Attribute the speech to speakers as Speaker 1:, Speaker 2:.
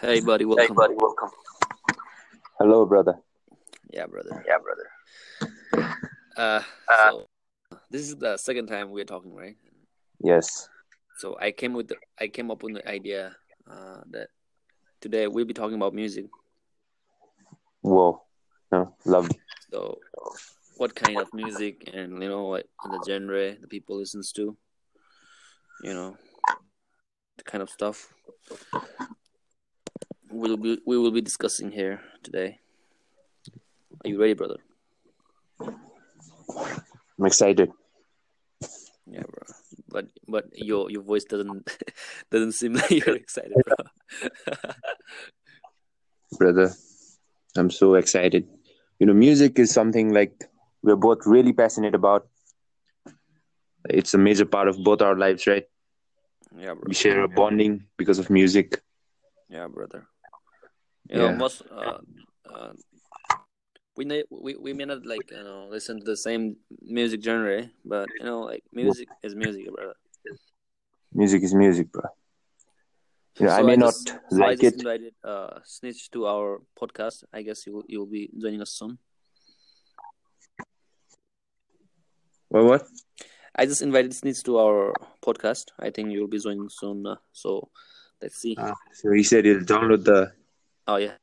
Speaker 1: Hey, buddy, welcome.
Speaker 2: Hey, buddy, welcome. Hello, brother.
Speaker 1: Yeah, brother.
Speaker 2: Yeah, brother.
Speaker 1: Uh,
Speaker 2: Uh,
Speaker 1: so this is the second time we're talking, right?
Speaker 2: Yes.
Speaker 1: So I came with, the, I came up with the idea uh, that today we'll be talking about music.
Speaker 2: Whoa. No, love.
Speaker 1: So, what kind of music, and you know, what the genre the people listens to, you know, the kind of stuff we'll be we will be discussing here today. Are you ready, brother?
Speaker 2: I'm excited.
Speaker 1: Yeah, bro. But but your your voice doesn't doesn't seem like you're excited, bro.
Speaker 2: Brother, I'm so excited. You know, music is something like we're both really passionate about. It's a major part of both our lives, right?
Speaker 1: yeah, bro.
Speaker 2: We share a bonding because of music.
Speaker 1: Yeah, brother. You know,
Speaker 2: Yeah.
Speaker 1: most uh, uh, we may we, we may not like you know listen to the same music genre, but you know, like music is music, brother.
Speaker 2: Music is music, bro. You know, I
Speaker 1: So
Speaker 2: may
Speaker 1: just-
Speaker 2: not
Speaker 1: so I
Speaker 2: like
Speaker 1: just
Speaker 2: it.
Speaker 1: invited uh, Snitch to our podcast. I guess you will you will be joining us soon.
Speaker 2: Well, what?
Speaker 1: I just invited Snitch to our podcast. I think you'll be joining soon. Uh, so let's see.
Speaker 2: so he said he'll download the
Speaker 1: Oh yeah,